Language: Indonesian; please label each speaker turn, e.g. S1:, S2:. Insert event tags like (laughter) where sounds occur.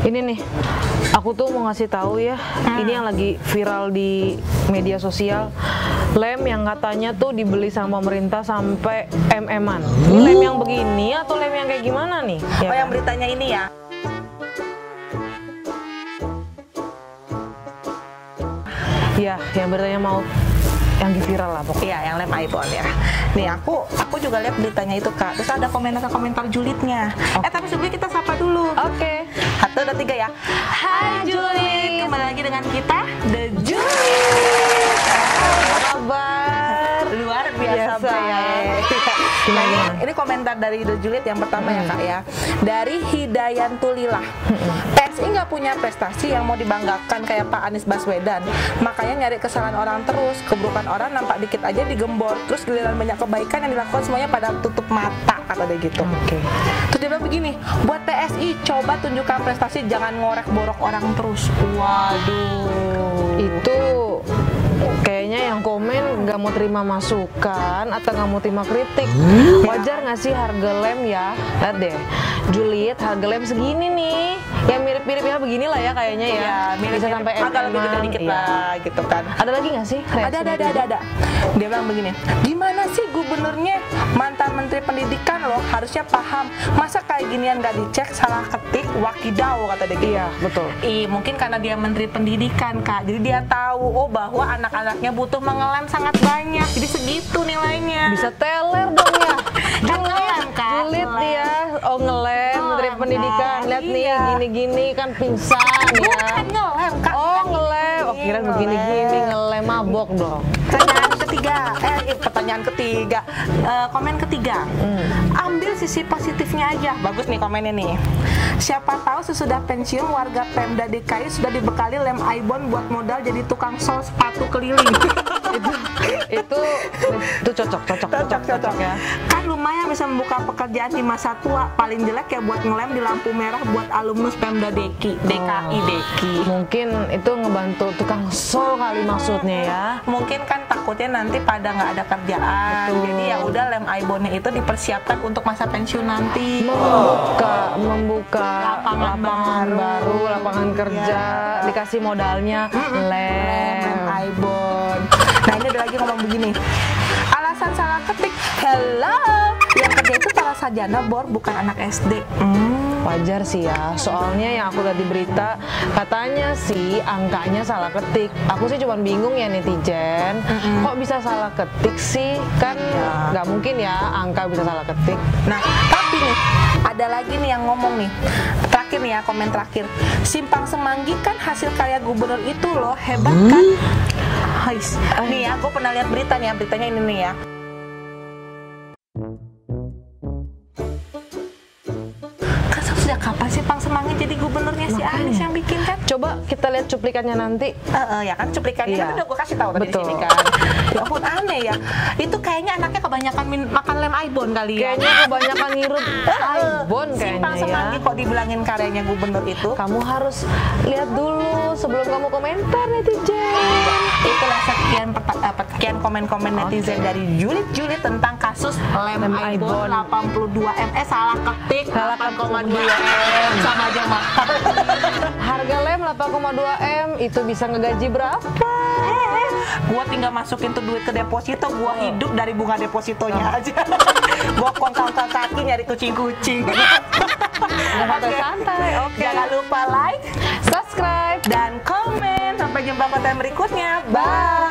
S1: Ini nih, aku tuh mau ngasih tahu ya,
S2: Hmm.
S1: ini yang lagi viral di media sosial. Lem yang katanya tuh dibeli sama pemerintah sampai MM-an. Ini lem yang begini atau lem yang kayak gimana nih? Ya
S2: Oh yang
S1: kan?
S2: beritanya ini ya.
S1: Iya, yang beritanya mau yang viral lah pokoknya.
S2: Iya, yang lem iPhone ya. Nih aku aku juga lihat beritanya itu kak. Terus ada komentar-komentar julidnya. Eh tapi sebelumnya kita sapa dulu.
S1: Oke.
S2: Satu dan tiga ya. Hai Juli, kembali lagi dengan kita The Juli.
S1: Kabar.
S2: Luar biasa,
S1: Biasa ya.
S2: baik.
S1: Gimana,
S2: (laughs) Nah,
S1: gimana?
S2: ini komentar dari The Juliet yang pertama ya kak ya. Dari Hidayantulilah. PSI nggak punya prestasi yang mau dibanggakan kayak Pak Anies Baswedan. Makanya nyari kesalahan orang terus, keburukan orang nampak dikit aja digembor. Terus giliran banyak kebaikan yang dilakukan semuanya pada tutup mata kata dia gitu.
S1: Oke.
S2: Terus dia bilang begini, buat PSI coba tunjukkan prestasi jangan ngorek borok orang terus. Waduh.
S1: Itu kayaknya yang komen nggak mau terima masukan atau nggak mau terima kritik.
S2: Hmm?
S1: Wajar nggak sih harga lem ya? Lihat deh, Juliet harga lem segini nih. Yang mirip-mirip ya beginilah ya kayaknya ya. Bisa sampai
S2: Iya, agak lebih gede
S1: MM-an,
S2: dikit
S1: iya.
S2: lah gitu kan.
S1: Ada lagi nggak sih?
S2: Ada ada ada ada ada. Dia bilang begini, gimana sih gubernurnya mantan menteri pendidikan loh harusnya paham masa kayak ginian nggak dicek salah ketik wakidau kata dia. gitu.
S1: Iya, betul.
S2: Ih, mungkin karena dia menteri pendidikan kak, jadi dia tahu oh bahwa anak-anaknya butuh mengelam sangat banyak, jadi segitu nilainya.
S1: Bisa teler dong ya.
S2: (laughs) Kan ngelem, Kak,
S1: Juliet
S2: ngelem.
S1: dia, oh ngelem, Menteri
S2: Ngelem,
S1: Pendidikan.
S2: Kak,
S1: Lihat nih,
S2: iya.
S1: gini-gini kan pingsan ya.
S2: Bukan ngelem kak. Iya,
S1: Oh ngelem, oh kira
S2: Ngelem.
S1: begini-gini ngelem mabok dong.
S2: Pertanyaan ketiga, eh eh, pertanyaan ketiga, Eh, komen ketiga,
S1: Hmm.
S2: ambil sisi positifnya aja. Bagus nih komennya nih. Siapa tahu sesudah pensiun warga Pemda DKI sudah dibekali lem Aibon buat modal jadi tukang sol sepatu keliling.
S1: itu itu itu cocok cocok (laughs) cocok cocok ya.
S2: Kan lumayan bisa membuka pekerjaan di masa tua. Paling jelek ya buat ngelem di lampu merah buat alumnus Pemda Deki, DKI Deki.
S1: Mungkin itu ngebantu tukang sol kali maksudnya ya.
S2: mungkin kan takutnya nanti pada nggak ada kerjaan
S1: Betul.
S2: jadi ya udah lem aibonnya itu dipersiapkan untuk masa pensiun nanti
S1: Oh. membuka membuka
S2: Lapangan baru.
S1: baru, lapangan kerja
S2: Ya.
S1: dikasih modalnya lem
S2: lem aibon nah ini ada lagi ngomong begini alasan salah ketik hello yang kerja itu salah sajana bor bukan anak SD Hmm,
S1: wajar sih ya soalnya yang aku lihat di berita katanya sih angkanya salah ketik aku sih cuma bingung ya netizen kok bisa salah ketik sih kan nggak mungkin ya angka bisa salah ketik
S2: Nah, tapi nih ada lagi nih yang ngomong nih. Terakhir nih ya komen terakhir. Simpang Semanggi kan hasil karya gubernur itu loh hebat
S1: Hmm?
S2: kan? Hais. Nih ya, aku pernah lihat berita nih ya, beritanya ini nih ya. Kan sejak kapan Simpang Semanggi jadi gubernurnya si Anies yang bikin kan?
S1: coba kita lihat cuplikannya nanti
S2: Eh, eh, ya kan cuplikannya
S1: Iya.
S2: kan udah gue kasih tahu tadi di
S1: Betul.
S2: sini kan. Ya ampun aneh ya. Itu kayaknya anaknya kebanyakan min- makan lem aibon kali ya.
S1: kayaknya kebanyakan ngirup aibon kayaknya
S2: Simpang
S1: ya
S2: Semanggi Eh, kok dibilangin karyanya gubernur itu
S1: kamu harus lihat dulu sebelum kamu komentar netizen
S2: Itulah sekian perta- eh, sekian komen-komen netizen dari Julit-Julit tentang kasus lem,
S1: Lem
S2: Aibon
S1: Aibon.
S2: 82 M eh salah ketik
S1: Salah
S2: 8,2 M sama aja mahal
S1: harga lem 8,2 m itu bisa ngegaji berapa
S2: "Eh, gua tinggal masukin tuh duit ke deposito gua hidup dari bunga depositonya aja (laughs) gua konsol kaki nyari kucing-kucing (laughs) Oke.
S1: santai-santai, oke.
S2: jangan lupa like
S1: subscribe
S2: dan komen sampai jumpa konten berikutnya bye